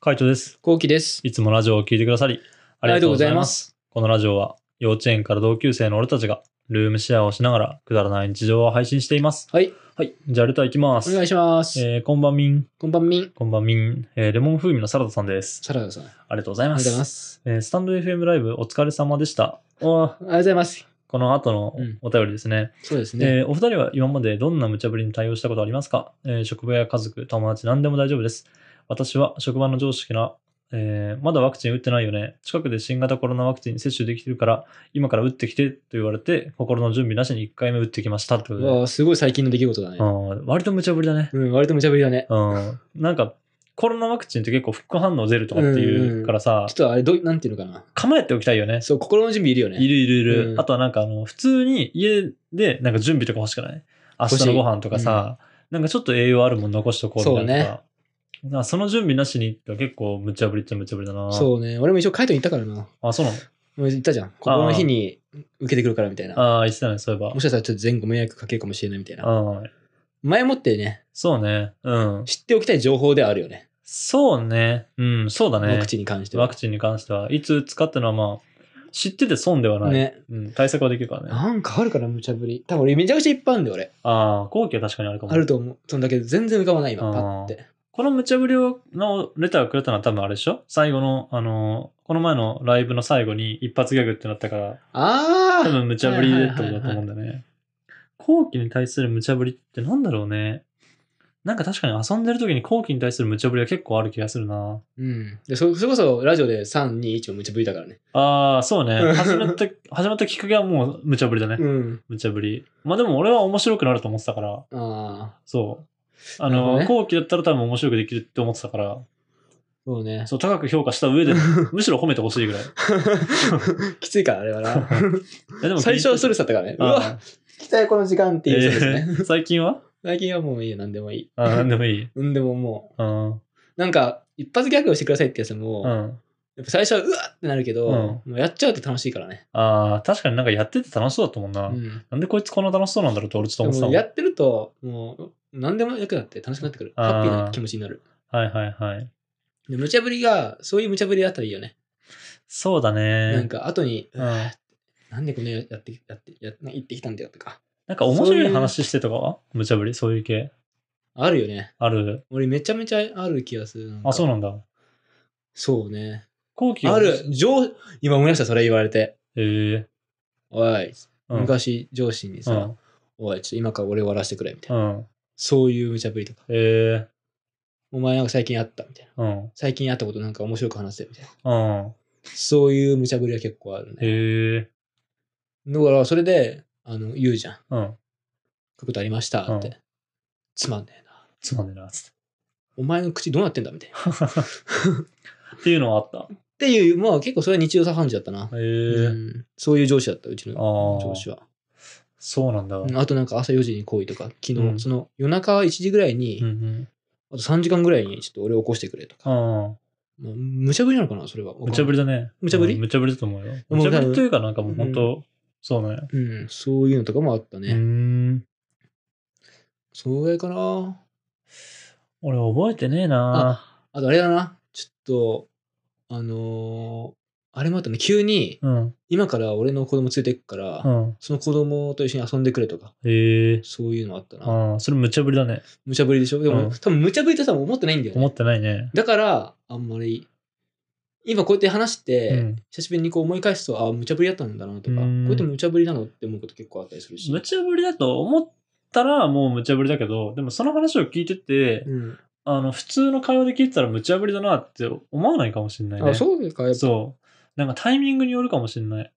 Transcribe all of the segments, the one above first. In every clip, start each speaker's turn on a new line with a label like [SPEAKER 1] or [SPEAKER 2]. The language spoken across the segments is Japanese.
[SPEAKER 1] 会長です。
[SPEAKER 2] こうきです。
[SPEAKER 1] いつもラジオを聞いてくださり、ありがとうございます。このラジオは、幼稚園から同級生の俺たちが、ルームシェアをしながら、くだらない日常を配信しています。
[SPEAKER 2] はい。
[SPEAKER 1] はい。じゃあ、レターいきます。
[SPEAKER 2] お願いします。
[SPEAKER 1] えー、こんばんみん。
[SPEAKER 2] こんばんみん。
[SPEAKER 1] こんばんみん。えー、レモン風味のサラダさんです。
[SPEAKER 2] サラダさん。ありが
[SPEAKER 1] ありがとうござい
[SPEAKER 2] とう
[SPEAKER 1] ま
[SPEAKER 2] ご
[SPEAKER 1] す。
[SPEAKER 2] ざいます。
[SPEAKER 1] えー、スタンド FM ライブ、お疲れ様でした。おー
[SPEAKER 2] ありがとうございます。
[SPEAKER 1] この後の
[SPEAKER 2] うん
[SPEAKER 1] お便りですね。
[SPEAKER 2] そうですね。
[SPEAKER 1] えーお二人は今までどんな無茶ぶりに対応したことありますか、えー職場や家族、友達、何でも大丈夫です。私は職場の上司から、えーまだワクチン打ってないよね。近くで新型コロナワクチン接種できてるから、今から打ってきてと言われて、心の準備なしに1回目打ってきましたってこと
[SPEAKER 2] う
[SPEAKER 1] で。
[SPEAKER 2] わあすごい最近の出来事だね
[SPEAKER 1] う。ん割と無茶ぶりだね。
[SPEAKER 2] うん、割と無茶ぶりだね。
[SPEAKER 1] うん、なんか、コロナワクチンって結構副反応出るとかっていうからさ
[SPEAKER 2] ちょっ、とあれ、どう、なんていうのかな。
[SPEAKER 1] 構えておきたいよね。
[SPEAKER 2] そう、心の準備いるよね。
[SPEAKER 1] いるいるいる。
[SPEAKER 2] うん
[SPEAKER 1] あとはなんかあの、普通に家でなんか準備とか欲しくない明日のご飯とかさ、なんかちょっと栄養あるもの残しとこうみたいなとか。だからその準備なしにって結構無茶ぶりっちゃ無茶ぶりだな。う。
[SPEAKER 2] そうね。俺も一応、カイトに行ったからな。
[SPEAKER 1] あ、そうなの
[SPEAKER 2] 俺行ったじゃん。ここの日に受けてくるからみたいな。
[SPEAKER 1] ああ、言ってたね、そういえば
[SPEAKER 2] もし。かしたらちょっと前後迷惑かけるかもしれないみたいな。
[SPEAKER 1] うん。
[SPEAKER 2] 前もってね、
[SPEAKER 1] そうね。うん。
[SPEAKER 2] 知っておきたい情報ではあるよね。
[SPEAKER 1] そうね。うん、そうだね。
[SPEAKER 2] ワクチンに関して
[SPEAKER 1] ワ
[SPEAKER 2] は
[SPEAKER 1] ク。チンに関しては。いつ使ってのはまあ、知ってて損ではない。
[SPEAKER 2] ね。
[SPEAKER 1] うん、対策はできるからね。あ
[SPEAKER 2] なんかあるかな、無茶ぶり。多分俺、めちゃくちゃいっぱいあるんだよ、俺。
[SPEAKER 1] あー、後期は確かにあるかも。
[SPEAKER 2] あると思う。そんだけど、全然浮かばない、今、
[SPEAKER 1] あ
[SPEAKER 2] パ
[SPEAKER 1] ー
[SPEAKER 2] ッて。
[SPEAKER 1] この無茶ぶりのレターをくれたのは多分あれでしょ最後の、あの、この前のライブの最後に一発ギャグってなったから、
[SPEAKER 2] あ
[SPEAKER 1] 多
[SPEAKER 2] あ
[SPEAKER 1] 分無茶ぶりってことだと思うんだね。後期に対する無茶ぶりってなんだろうね。なんか確かに遊んでる時に後期に対する無茶ぶりは結構ある気がするな。
[SPEAKER 2] うん。で、そ、それこそ、ラジオで3、2、1を無茶ぶりだからね。
[SPEAKER 1] ああ、そうね。
[SPEAKER 2] うん
[SPEAKER 1] 始ま った、始まったきっかけはもう無茶ぶりだね。
[SPEAKER 2] うん。
[SPEAKER 1] 無茶ぶり。まあでも俺は面白くなると思ってたから、
[SPEAKER 2] ああ、
[SPEAKER 1] そう。あ
[SPEAKER 2] なるほ
[SPEAKER 1] の、
[SPEAKER 2] どね
[SPEAKER 1] 後期だったら多分面白くできるって思ってたから、
[SPEAKER 2] そ うね。
[SPEAKER 1] そう、高く評価した上で、 むしろ褒めてほしいぐらい。
[SPEAKER 2] きついから、あれ はな。
[SPEAKER 1] えでも
[SPEAKER 2] 最初はスト
[SPEAKER 1] れ
[SPEAKER 2] レスだったからね。う
[SPEAKER 1] あ
[SPEAKER 2] わ、来たよ、この時間っていうストレスね。
[SPEAKER 1] えー最近は
[SPEAKER 2] 最近はもういいよ、なんでもいい。
[SPEAKER 1] あなんでもいい。
[SPEAKER 2] うんでもも
[SPEAKER 1] うん。
[SPEAKER 2] う、なんか、一発ギャグをしてくださいってやつも、
[SPEAKER 1] う
[SPEAKER 2] や
[SPEAKER 1] ん。
[SPEAKER 2] っぱ最初はうわってなるけど、
[SPEAKER 1] うん
[SPEAKER 2] もうやっちゃうと楽しいからね。
[SPEAKER 1] ああ、確かになんかやってて楽しそうだったもんな。
[SPEAKER 2] うん。
[SPEAKER 1] なんでこいつこんな楽しそうなんだろうって俺ち
[SPEAKER 2] で
[SPEAKER 1] ょっと思
[SPEAKER 2] も
[SPEAKER 1] って
[SPEAKER 2] や
[SPEAKER 1] た
[SPEAKER 2] ってると、もう、何でも役だって楽しくなってくる。
[SPEAKER 1] あー
[SPEAKER 2] ハッピーな気持ちになる。
[SPEAKER 1] もん。はいはいはい。
[SPEAKER 2] で無茶ぶりが、そういう無茶ぶりだったらいいよね。
[SPEAKER 1] そうだね。
[SPEAKER 2] なんか、後に、
[SPEAKER 1] うん、な
[SPEAKER 2] なんでこんなやって、やって、や行ってきたんだよとか。
[SPEAKER 1] んか面白い話してとかは無茶ぶりそういう系。
[SPEAKER 2] あるよね。
[SPEAKER 1] ある。
[SPEAKER 2] 俺めちゃめちゃある気がする。なんか
[SPEAKER 1] あ、そうなんだ。
[SPEAKER 2] そうね。
[SPEAKER 1] 後期が
[SPEAKER 2] ある、上、今思い出した、それ言われて。
[SPEAKER 1] えー
[SPEAKER 2] おい、
[SPEAKER 1] うん、
[SPEAKER 2] 昔上司に
[SPEAKER 1] う
[SPEAKER 2] さ、
[SPEAKER 1] ん。
[SPEAKER 2] おい、ちょっと今から俺終わらせてくれ、みたいうな。
[SPEAKER 1] ん。
[SPEAKER 2] そういう無茶ぶりとか。
[SPEAKER 1] えー
[SPEAKER 2] お前なんか最近あった、みたいな。
[SPEAKER 1] うん。
[SPEAKER 2] 最近あったことなんか面白く話せる、みたいな。
[SPEAKER 1] うん。
[SPEAKER 2] そういう無茶ぶりは結構あるね。
[SPEAKER 1] えー
[SPEAKER 2] だから、それで、あの、言うじゃん。こ
[SPEAKER 1] うん。
[SPEAKER 2] ういうことありました、って。
[SPEAKER 1] うん
[SPEAKER 2] つまんねえな。
[SPEAKER 1] つまんねえな、つっ。
[SPEAKER 2] お前の口どうなってんだ、みたいな。って
[SPEAKER 1] っていうのはあった。
[SPEAKER 2] ていう、まあ結構それは日常茶飯事だったな。
[SPEAKER 1] え
[SPEAKER 2] う
[SPEAKER 1] ー
[SPEAKER 2] んそういう上司だった、うちの
[SPEAKER 1] あー
[SPEAKER 2] 上司は。
[SPEAKER 1] そうなんだ。う
[SPEAKER 2] うんんあとなんか朝4時に来いとか、昨日、
[SPEAKER 1] うん
[SPEAKER 2] その夜中1時ぐらいに、
[SPEAKER 1] うん。
[SPEAKER 2] あと3時間ぐらいにちょっと俺を起こしてくれとか。
[SPEAKER 1] うん。
[SPEAKER 2] まあ無茶ぶりなのかな、それは。
[SPEAKER 1] 無茶ぶ
[SPEAKER 2] り。
[SPEAKER 1] りだね。
[SPEAKER 2] 無茶ぶり
[SPEAKER 1] うん無茶ぶりだと思うよ。無
[SPEAKER 2] もう多分
[SPEAKER 1] 茶ぶりというか、なんかもう本当、そうね。
[SPEAKER 2] うん、そういうのとかもあった
[SPEAKER 1] う
[SPEAKER 2] ね。
[SPEAKER 1] ーん。
[SPEAKER 2] そのぐらいかな。
[SPEAKER 1] 俺覚えてねえな
[SPEAKER 2] あとあれだな。ちょっと、あのーあれもあったね。急に、
[SPEAKER 1] うん。
[SPEAKER 2] 今から俺の子供連れてくから、
[SPEAKER 1] うん。
[SPEAKER 2] その子供と一緒に遊んでくれとか、
[SPEAKER 1] へえ。
[SPEAKER 2] そういうのあったな。
[SPEAKER 1] ああ、それ無茶ぶりだね。
[SPEAKER 2] 無茶ぶりでしょでも、
[SPEAKER 1] うん
[SPEAKER 2] 多分無茶ぶりって多分思ってないんだよね、
[SPEAKER 1] 思ってないね。
[SPEAKER 2] だから、あんまり、今こうやって話して、
[SPEAKER 1] うん
[SPEAKER 2] 久しぶりにこう思い返すと、ああ、無茶ぶりだったんだなと
[SPEAKER 1] う
[SPEAKER 2] か、こ
[SPEAKER 1] ん
[SPEAKER 2] うやって無茶ぶりなのって思うこと結構あったりするし。
[SPEAKER 1] 無茶ぶりだと思ったらもう無茶ぶりだけど、でもその話を聞いてて、
[SPEAKER 2] うん、
[SPEAKER 1] あの、普通の会話で聞いてたら無茶ぶりだなって思わないかもしれないね。
[SPEAKER 2] あそうか、やっぱ。
[SPEAKER 1] そう。なんかタイミングによるかもしれない。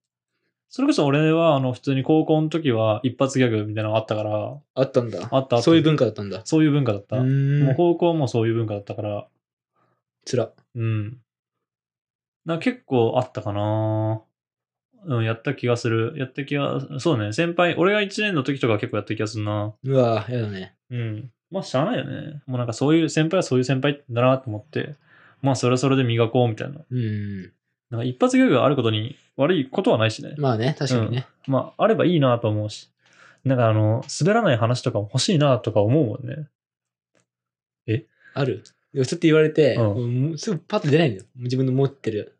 [SPEAKER 1] それこそ俺は、あの、普通に高校の時は一発ギャグみたいなのがあったから、
[SPEAKER 2] あったんだ。
[SPEAKER 1] あったあった
[SPEAKER 2] そういう文化だったんだ。
[SPEAKER 1] そういう文化だった。
[SPEAKER 2] う
[SPEAKER 1] もう
[SPEAKER 2] ーん。
[SPEAKER 1] 高校もそういう文化だったから、
[SPEAKER 2] つら。
[SPEAKER 1] うん。な結構あったかなうん、やった気がする。やった気が、そうね、先輩、俺が1年の時とか結構やった気がするな。
[SPEAKER 2] うわぁ、やだね。
[SPEAKER 1] うん。まあ、しゃあないよね。もうなんかそういう、先輩はそういう先輩だなと思って、まあ、それはそれで磨こうみたいな。
[SPEAKER 2] うん。
[SPEAKER 1] なんか一発ギャグがあることに悪いことはないしね。
[SPEAKER 2] まあね、確かにね。
[SPEAKER 1] まあ、あればいいなと思うし。なんかあの、滑らない話とかも欲しいなとか思うもんね。
[SPEAKER 2] ある。でもちょっと言われて、
[SPEAKER 1] うん
[SPEAKER 2] もうすぐパッと出ないんだよ。自分の持ってる。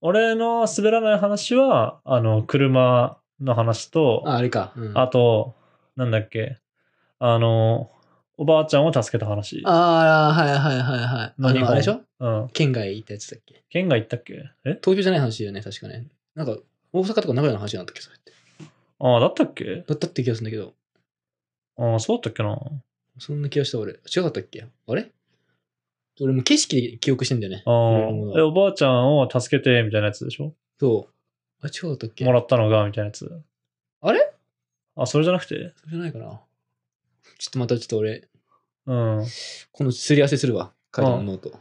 [SPEAKER 1] 俺の滑らない話は、あの、車の話と、
[SPEAKER 2] あ、あれか。うん、
[SPEAKER 1] あと、なんだっけ、あの、おばあちゃんを助けた話。
[SPEAKER 2] あー、はいはいはいはい。あ
[SPEAKER 1] 何
[SPEAKER 2] の、
[SPEAKER 1] 本
[SPEAKER 2] あれでしょ
[SPEAKER 1] うん。
[SPEAKER 2] 県外行ったやつだっけ
[SPEAKER 1] 県外行ったっけえ
[SPEAKER 2] 東京じゃない話だよね、確かね。なんか、大阪とか名古屋の話なんだっけ、それって。
[SPEAKER 1] ああ、だったっけ
[SPEAKER 2] だったって気がするんだけど、
[SPEAKER 1] ああ、そうだったっけな。
[SPEAKER 2] そんな気がした俺。違かったっけあれ俺もう景色で記憶してんだよね。
[SPEAKER 1] ああ
[SPEAKER 2] いろいろな、
[SPEAKER 1] えおばあちゃんを助けて、みたいなやつでしょ
[SPEAKER 2] そう。あ、違かったっけ
[SPEAKER 1] もらったのが、みたいなやつ。
[SPEAKER 2] あれ
[SPEAKER 1] あ、それじゃなくて
[SPEAKER 2] それじゃないかな。ちょっとまたちょっと俺、
[SPEAKER 1] うん。うん。
[SPEAKER 2] このすり合わせするわ。書いたのノート。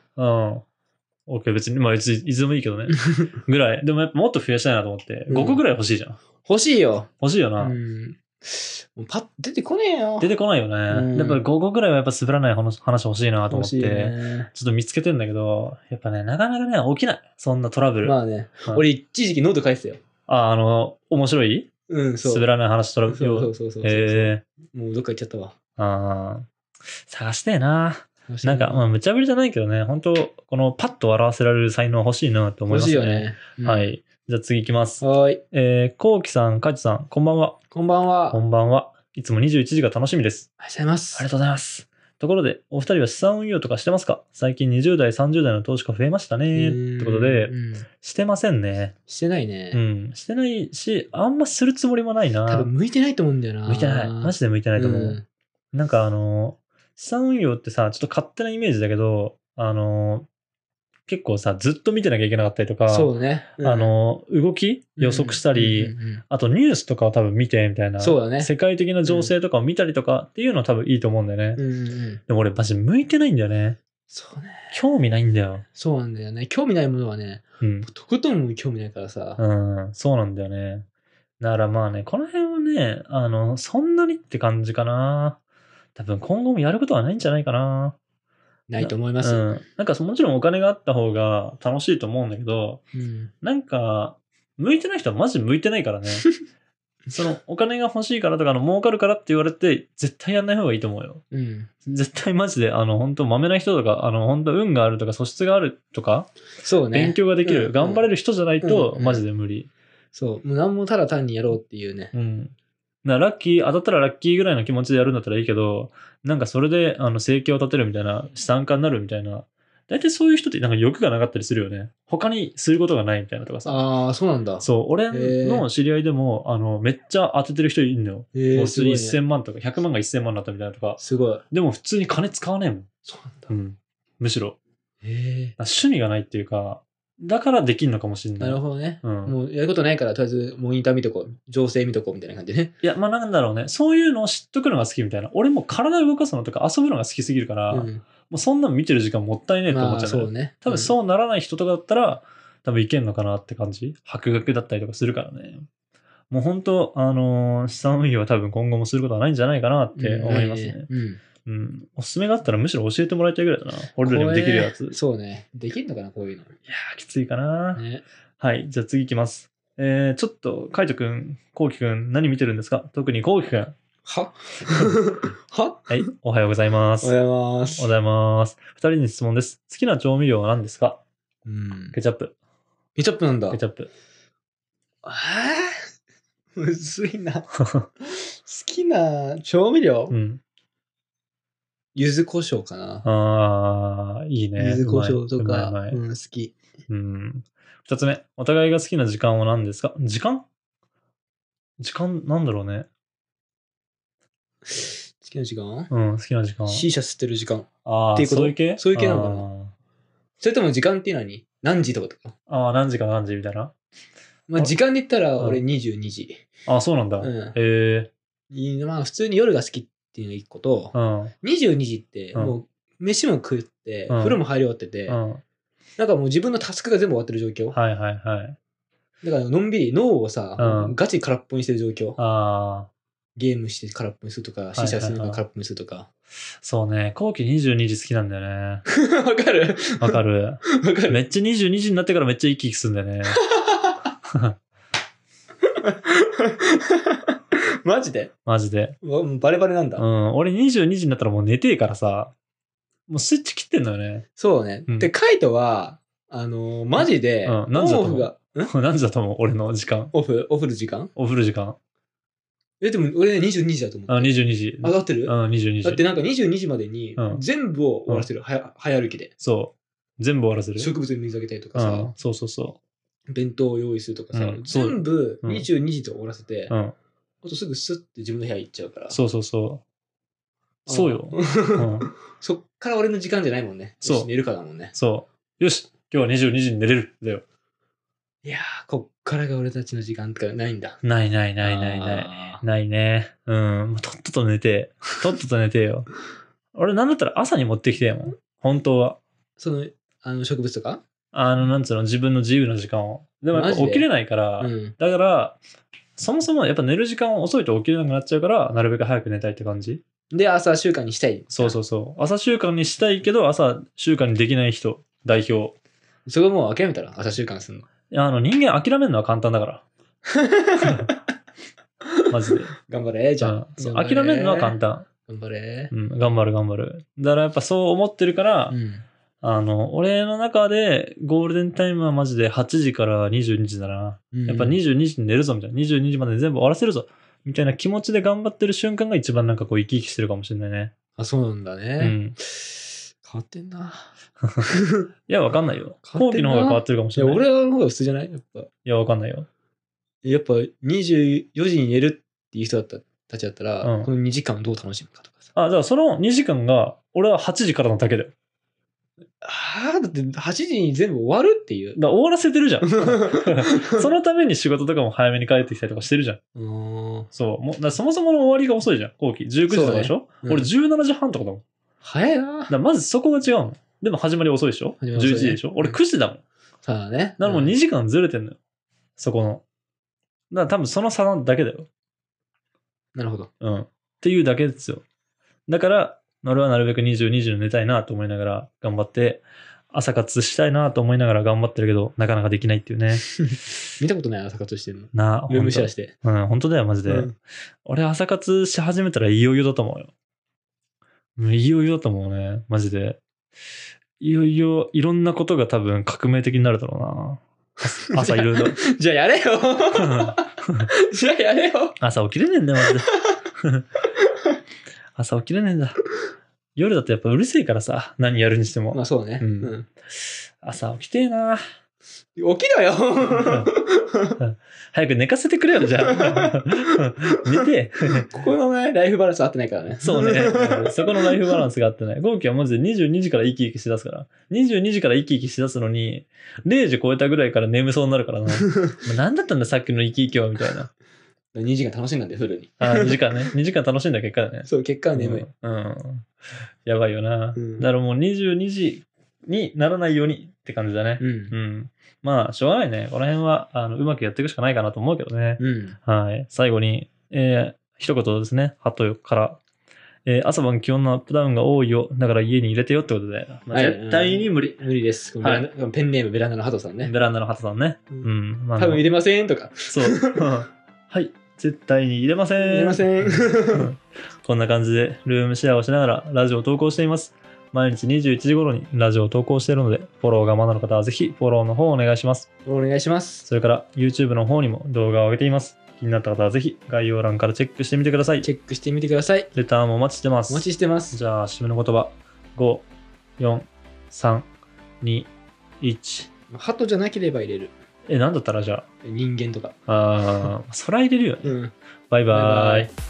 [SPEAKER 1] OK、別に、まあ、いついつでもいいけ どね。ぐらい。でもやっぱもっと増やしたいなと思って、
[SPEAKER 2] うん
[SPEAKER 1] 5個ぐらい欲しいじゃん。
[SPEAKER 2] 欲しいよ。
[SPEAKER 1] 欲しいよ
[SPEAKER 2] う
[SPEAKER 1] な。
[SPEAKER 2] ん。もうパッと出てこねえよ。
[SPEAKER 1] 出てこないよ
[SPEAKER 2] う
[SPEAKER 1] ね。
[SPEAKER 2] ん
[SPEAKER 1] やっぱ5個ぐらいはやっぱ滑らない話話欲しいなと
[SPEAKER 2] 欲
[SPEAKER 1] 思っ
[SPEAKER 2] しいよ
[SPEAKER 1] て。
[SPEAKER 2] ね。
[SPEAKER 1] ちょっと見つけてんだけど、やっぱね、なかなかね、起きない。そんなトラブル。
[SPEAKER 2] まあね
[SPEAKER 1] う、ん
[SPEAKER 2] 俺一時期ノート書いてたよ。
[SPEAKER 1] あ、あの、面白い
[SPEAKER 2] うん、そう。
[SPEAKER 1] 滑らない話トラブル。
[SPEAKER 2] そうそうそうそうそう。
[SPEAKER 1] へえ
[SPEAKER 2] もうどっか行っちゃったわ。
[SPEAKER 1] あー探してえな。なんか、まあ、無茶ぶりじゃないけどね、本当このパッと笑わせられる才能欲しいなと思い
[SPEAKER 2] 欲
[SPEAKER 1] ま
[SPEAKER 2] しい
[SPEAKER 1] す
[SPEAKER 2] よ
[SPEAKER 1] ね。
[SPEAKER 2] ね。うん
[SPEAKER 1] は。い。じゃあ次行きます。
[SPEAKER 2] はーい。
[SPEAKER 1] えー、こうきさん、かいちさん、こんばんは。
[SPEAKER 2] こんばんは。
[SPEAKER 1] こんばんは。いつも21時が楽しみです。
[SPEAKER 2] おはようございます。
[SPEAKER 1] ありがとうございます。ところで、お二人は資産運用とかしてますか最近20代、30代の投資家増えましたね。ってことで
[SPEAKER 2] う、ん
[SPEAKER 1] してませんね。
[SPEAKER 2] してないね。
[SPEAKER 1] うん。してないし、あんまするつもりもない
[SPEAKER 2] 多
[SPEAKER 1] な
[SPEAKER 2] 分。向いてないと思うんだよな。
[SPEAKER 1] 向いてない。マジで向いてないと思う。
[SPEAKER 2] うん
[SPEAKER 1] なんかあの、資産運用ってさ、ちょっと勝手なイメージだけど、あの、結構さ、ずっと見てなきゃいけなかったりとか、
[SPEAKER 2] そうね。うん
[SPEAKER 1] あ、の、動き予測したり、
[SPEAKER 2] うんうんうんうん
[SPEAKER 1] あとニュースとかを多分見てみたいな、
[SPEAKER 2] そうだね
[SPEAKER 1] 世界的な情勢とかを見たりとかっていうのは多分いいと思うんだよね。
[SPEAKER 2] うんうんうん。
[SPEAKER 1] でも俺マジ向いてないんだよね。
[SPEAKER 2] そうね。
[SPEAKER 1] 興味ないんだよ。
[SPEAKER 2] そうなんだよね。興味ないものはね、
[SPEAKER 1] うん。
[SPEAKER 2] とことん興味ないからさ。
[SPEAKER 1] うん、そうなんだよね。だからまあね、この辺はね、あの、そんなにって感じかな。多分今後もやることはないんじゃないかな。
[SPEAKER 2] ないと思いうます。
[SPEAKER 1] ん。なんかそもちろんお金があった方が楽しいと思うんだけど、
[SPEAKER 2] うん
[SPEAKER 1] なんか、向いてない人はマジ向いてない からね。そのお金が欲しいからとかあの儲かるからって言われて絶対やんない方がいいと思うよ。
[SPEAKER 2] うん。
[SPEAKER 1] 絶対マジであの本当豆な人とかあの本当運があるとか素質があるとか
[SPEAKER 2] そうね。
[SPEAKER 1] 勉強ができる、
[SPEAKER 2] うん
[SPEAKER 1] 頑張れる人じゃないと、
[SPEAKER 2] うん
[SPEAKER 1] マジで無理。
[SPEAKER 2] そう。もう何もただ単にやろうっていうね。
[SPEAKER 1] うん。なラッキー、当たったらラッキーぐらいの気持ちでやるんだったらいいけど、なんかそれで、あの、生計を立てるみたいな、資産家になるみたいな、大体そういう人ってなんか欲がなかったりするよね。他にすることがないみたいなとかさ。
[SPEAKER 2] ああ、そうなんだ。
[SPEAKER 1] そう、俺
[SPEAKER 2] へー
[SPEAKER 1] の知り合いでも、あの、めっちゃ当ててる人いるのよ。
[SPEAKER 2] え
[SPEAKER 1] もう
[SPEAKER 2] ー、
[SPEAKER 1] 普
[SPEAKER 2] す
[SPEAKER 1] 通
[SPEAKER 2] ごい、
[SPEAKER 1] に
[SPEAKER 2] ね。
[SPEAKER 1] 1000万とか、100万が1000万になったみたいなとか。
[SPEAKER 2] すごい。
[SPEAKER 1] でも普通に金使わねえもん。
[SPEAKER 2] そうなんだ。
[SPEAKER 1] うん。むしろ。
[SPEAKER 2] え
[SPEAKER 1] 趣味がないっていうか、だからできんのかもしれ
[SPEAKER 2] ー、
[SPEAKER 1] ない。
[SPEAKER 2] なるほどね。
[SPEAKER 1] うん
[SPEAKER 2] もうやることないから、とりあえずモニター見とこう、情勢見とこうみたいな感じでね。
[SPEAKER 1] いや、まあなんだろうね。そういうのを知っとくのが好きみたいな。俺も体を動かすのとか遊ぶのが好きすぎるから、も
[SPEAKER 2] ん、
[SPEAKER 1] うそんなの見てる時間もったいねえと思
[SPEAKER 2] ま
[SPEAKER 1] っ
[SPEAKER 2] あ
[SPEAKER 1] ちゃう,、
[SPEAKER 2] そうね。
[SPEAKER 1] 多分
[SPEAKER 2] うん。
[SPEAKER 1] そうならない人とかだったら、多分いけんのかなって感じ。博学だったりとかするからね。もう本当、あのー資産運用は多分今後もすることはないんじゃないかなって思いますね。
[SPEAKER 2] うん。うん
[SPEAKER 1] うん。おすすめがあったらむしろ教えてもらいたいぐらいだな。俺らにもできるやつ。い
[SPEAKER 2] こ
[SPEAKER 1] や
[SPEAKER 2] れそうね。できるのかな、こういうの。
[SPEAKER 1] ー、きついかな。
[SPEAKER 2] ね。
[SPEAKER 1] はい、じゃあ次いきます。えー、ちょっと、カイトくん、コウキくん、何見てるんですか特にコウキくん。
[SPEAKER 2] はは
[SPEAKER 1] はい、おはようございます。
[SPEAKER 2] おはよう
[SPEAKER 1] お
[SPEAKER 2] ございます。
[SPEAKER 1] はようございます。二人に質問です。好きな調味料は何ですか
[SPEAKER 2] うん。
[SPEAKER 1] ケチャップ。
[SPEAKER 2] ケチャップなんだ。
[SPEAKER 1] ケチャップ。
[SPEAKER 2] えー、むずいな。好きな調味料、
[SPEAKER 1] うん。
[SPEAKER 2] 柚子胡椒かな。
[SPEAKER 1] あー、いいね。
[SPEAKER 2] 柚子胡椒と
[SPEAKER 1] うまいう
[SPEAKER 2] か、
[SPEAKER 1] まいうまい
[SPEAKER 2] うん、好き。
[SPEAKER 1] うん。二つ目。お互いが好きな時間は何ですか時間時間、なんだろうね。
[SPEAKER 2] 好きな時間
[SPEAKER 1] うん、好きな時間。
[SPEAKER 2] シーシャ吸ってる時間。
[SPEAKER 1] あ
[SPEAKER 2] ってい
[SPEAKER 1] ー、
[SPEAKER 2] うこと
[SPEAKER 1] そういう系
[SPEAKER 2] そういう系なのか
[SPEAKER 1] な
[SPEAKER 2] それとも時間っていうのは何何時とかとか。
[SPEAKER 1] あーあー、何時から何時みたいな。
[SPEAKER 2] まあ、
[SPEAKER 1] あ
[SPEAKER 2] 時間で言ったら俺
[SPEAKER 1] う
[SPEAKER 2] 22時。
[SPEAKER 1] あー、そうなんだ。
[SPEAKER 2] うん
[SPEAKER 1] え
[SPEAKER 2] いいまあ、普通に夜が好きっていうのが一個と、
[SPEAKER 1] ー、
[SPEAKER 2] 22時って
[SPEAKER 1] うん
[SPEAKER 2] もう飯も食って、
[SPEAKER 1] うん
[SPEAKER 2] 風呂も入り終わってて、
[SPEAKER 1] うん。うん。
[SPEAKER 2] なんかもう自分のタスクが全部終わってる状況。
[SPEAKER 1] はいはいはい。
[SPEAKER 2] だからのんびり脳をさ、
[SPEAKER 1] うん
[SPEAKER 2] ガチ空っぽにしてる状況。
[SPEAKER 1] あー。
[SPEAKER 2] ゲームして空っぽにするとか、
[SPEAKER 1] いはい
[SPEAKER 2] 試写するのが空っぽにするとか。
[SPEAKER 1] そうね。後期22時好きなんだよね。
[SPEAKER 2] わかる
[SPEAKER 1] わかる。
[SPEAKER 2] わか る
[SPEAKER 1] めっちゃ22時になってからめっちゃ息きすんだ よね。
[SPEAKER 2] マジで
[SPEAKER 1] マジで。
[SPEAKER 2] わもうバレバレなんだ。
[SPEAKER 1] うん。俺22時になったらもう寝てえからさ。もうスイッチ切ってんだよね。
[SPEAKER 2] そうね。
[SPEAKER 1] うん
[SPEAKER 2] で、カイトは、あのーマジで、
[SPEAKER 1] うん何時だ
[SPEAKER 2] オ
[SPEAKER 1] と思
[SPEAKER 2] フ
[SPEAKER 1] う
[SPEAKER 2] が、ん
[SPEAKER 1] 何時だと思う俺の時間。
[SPEAKER 2] オフ、オフる時間
[SPEAKER 1] お風呂時間。
[SPEAKER 2] え、でも俺ね、22時だと思う。
[SPEAKER 1] あ、22時。
[SPEAKER 2] 上がってる
[SPEAKER 1] うん、22
[SPEAKER 2] だっ
[SPEAKER 1] 時。
[SPEAKER 2] てなんか22時までに
[SPEAKER 1] うん
[SPEAKER 2] 全部を終わらせる、はや早歩きで。
[SPEAKER 1] そう。全部終わらせる。
[SPEAKER 2] 植物に水あげたりとか
[SPEAKER 1] う
[SPEAKER 2] さ、
[SPEAKER 1] ん、そうそうそ
[SPEAKER 2] 弁当を用意するとかさ、
[SPEAKER 1] うんそう
[SPEAKER 2] 全部
[SPEAKER 1] うん
[SPEAKER 2] 22時で終わらせて、
[SPEAKER 1] う。うん、
[SPEAKER 2] あとすぐスッて自分の部屋行っちゃうから。
[SPEAKER 1] そうそうそ
[SPEAKER 2] あ
[SPEAKER 1] う。そうよ。うん、
[SPEAKER 2] そっから俺の時間じゃないもんね。
[SPEAKER 1] そう
[SPEAKER 2] よし寝るかだもんね。
[SPEAKER 1] そう。よし、今日は22時に寝れる。だよ。
[SPEAKER 2] いやー、こっからが俺たちの時間とかないんだ。
[SPEAKER 1] ないないないないない。
[SPEAKER 2] あ
[SPEAKER 1] ないね。うん。もうとっとと寝て。とっとと寝て よ。俺、なんだったら朝に持ってきてえもん。本当は。
[SPEAKER 2] ー。その、あの植物とか
[SPEAKER 1] あの、なんつうの、自分の自由な時間を。でもやっ
[SPEAKER 2] マ
[SPEAKER 1] ぱ
[SPEAKER 2] ジで
[SPEAKER 1] 起きれないから、
[SPEAKER 2] うん。
[SPEAKER 1] だから、そもそもやっぱ寝る時間を遅いと起きれなくなっちゃうから、なるべく早く寝たいって感じ。
[SPEAKER 2] で、朝習慣にしたい。
[SPEAKER 1] そうそうそう。朝習慣にしたいけど、朝習慣にできない人、代表。
[SPEAKER 2] う。そこもう諦めたら、朝習慣すんの。
[SPEAKER 1] あの、人間諦めるのは簡単だ から。マジで。
[SPEAKER 2] 頑張れ、じゃ
[SPEAKER 1] うん
[SPEAKER 2] あ。
[SPEAKER 1] そう
[SPEAKER 2] 頑張
[SPEAKER 1] 諦
[SPEAKER 2] れ
[SPEAKER 1] めるのは簡。単。
[SPEAKER 2] 頑張れ
[SPEAKER 1] う。ん、頑張る頑張る。だからやっぱそう思ってるから、
[SPEAKER 2] うん。
[SPEAKER 1] あの、俺の中でゴールデンタイムはマジで8時から22時だな。やっぱ
[SPEAKER 2] うん
[SPEAKER 1] 22時に寝るぞみたいな、22時までに全部終わらせるぞみたいな気持ちで頑張ってる瞬間が一番なんかこう生き生きしてるかもしれないね。
[SPEAKER 2] あ、そうなんだ
[SPEAKER 1] う
[SPEAKER 2] ね。
[SPEAKER 1] ん。
[SPEAKER 2] 変わってんな。
[SPEAKER 1] いや、わかんないよ。
[SPEAKER 2] 変わ
[SPEAKER 1] 後
[SPEAKER 2] ってん
[SPEAKER 1] 期
[SPEAKER 2] な
[SPEAKER 1] の方が変わってるかも
[SPEAKER 2] い
[SPEAKER 1] し
[SPEAKER 2] や、
[SPEAKER 1] れない。い
[SPEAKER 2] 俺の方が普通じゃないやっぱ。
[SPEAKER 1] や、わかんないよ。
[SPEAKER 2] やっぱ24時に寝るっていう人だったたちだったら、
[SPEAKER 1] うん
[SPEAKER 2] この2時間をどう楽しむかとかさ。
[SPEAKER 1] あ、だからその2時間が、俺は8時からのだけだよ。
[SPEAKER 2] ああ、だって8時に全部終わるっていう。
[SPEAKER 1] だから終わらせてるじゃ ん。そ
[SPEAKER 2] そ
[SPEAKER 1] のために仕事とかも早めに帰ってきたりとかしてるじゃん。
[SPEAKER 2] の
[SPEAKER 1] そう。もうだからそもそもの終わりが遅いじゃん。後期。19時とかでしょ、
[SPEAKER 2] そうねうん
[SPEAKER 1] 俺17時半とかだもん。
[SPEAKER 2] 早いな
[SPEAKER 1] だ。からまずそこが違うの。でも始まり遅いでしょ
[SPEAKER 2] 始
[SPEAKER 1] ?11
[SPEAKER 2] まり遅いね
[SPEAKER 1] 時でしょ俺9時だもん。
[SPEAKER 2] そうだね。
[SPEAKER 1] だからもう
[SPEAKER 2] うん
[SPEAKER 1] 2時間ずれてんのよ。そこの。だから多分その差なんだけだよ。
[SPEAKER 2] なるほど。
[SPEAKER 1] うん。っていうだけですよ。だから、俺はなるべく22時に寝たいなと思いながら頑張って、朝活したいなと思いながら頑張ってるけど、なかなかできないっていうね。
[SPEAKER 2] 見たことない朝活してるの。
[SPEAKER 1] なあ、
[SPEAKER 2] ルームシェア
[SPEAKER 1] 本
[SPEAKER 2] して。
[SPEAKER 1] 当うん、本当だよ、マジで。
[SPEAKER 2] うん
[SPEAKER 1] 俺、朝活し始めたらいよいよだと思うよ。もういよいよだと思うね、マジで。いよいよ、いろんなことが多分革命的になるだろうな。朝いろい ろ。
[SPEAKER 2] じゃあやれよ じゃあやれよ
[SPEAKER 1] 朝起きれねえんだよ、マジで。 朝起きれねえんだ。夜だとやっぱうるせえからさ、何やるにしても。
[SPEAKER 2] まあそうね。
[SPEAKER 1] うん朝起きてえな。
[SPEAKER 2] うん起きろよ
[SPEAKER 1] 早く寝かせてくれよ、じゃあ。寝て。
[SPEAKER 2] ここのね、ライフバランス合ってないからね。
[SPEAKER 1] そう ね。そこのライフバランスがあってない。後期はマジで22時から生き生きしだすから。22時から生き生きしだすのに、0時超えたぐらいから眠そうになる からな。何だったんだ、さっきの生き生きは、みたいな。
[SPEAKER 2] 2時間楽しんだんで、フルに。
[SPEAKER 1] あ2時間ね。2時間楽しんだ結果だね。
[SPEAKER 2] そう、結果は眠い。
[SPEAKER 1] うん。うんやばいよな。
[SPEAKER 2] うん
[SPEAKER 1] だからもう22時にならないようにって感じだね。
[SPEAKER 2] うん
[SPEAKER 1] う。ん。まあ、しょうがないね。この辺はあのうまくやっていくしかないかなと思うけどね。
[SPEAKER 2] うん。
[SPEAKER 1] はい。最後に、えー一言ですね。ハトから。えー朝晩気温のアップダウンが多いよ。だから家に入れてよってことで。まあ
[SPEAKER 2] はい
[SPEAKER 1] 絶対に無理。
[SPEAKER 2] 無理です。このベランペンネームベランダのハトさんね。
[SPEAKER 1] ベランダのハトさんね。
[SPEAKER 2] う
[SPEAKER 1] うんん。まあ、
[SPEAKER 2] 多分入れませんとか。
[SPEAKER 1] そう。はい。絶対に入れません。
[SPEAKER 2] 入れません。
[SPEAKER 1] こんな感じでルームシェアをしながらラジオを投稿しています。毎日21時頃にラジオを投稿しているので、フォローがまだの方はぜひフォローの方をお願いします。
[SPEAKER 2] お願いします。
[SPEAKER 1] それから YouTube の方にも動画を上げています。気になった方はぜひ概要欄からチェックしてみてください。
[SPEAKER 2] チェックしてみてください。
[SPEAKER 1] レターもお待ちしてます。
[SPEAKER 2] お待ちしてます。
[SPEAKER 1] じゃあ、締めの言葉。5、4、3、2、1。
[SPEAKER 2] ハトじゃなければ入れる。
[SPEAKER 1] え、なんだったらじゃ
[SPEAKER 2] 人間とか。
[SPEAKER 1] あ、あー、そら入れるよね。
[SPEAKER 2] うん。
[SPEAKER 1] バイバイ。
[SPEAKER 2] バイバイ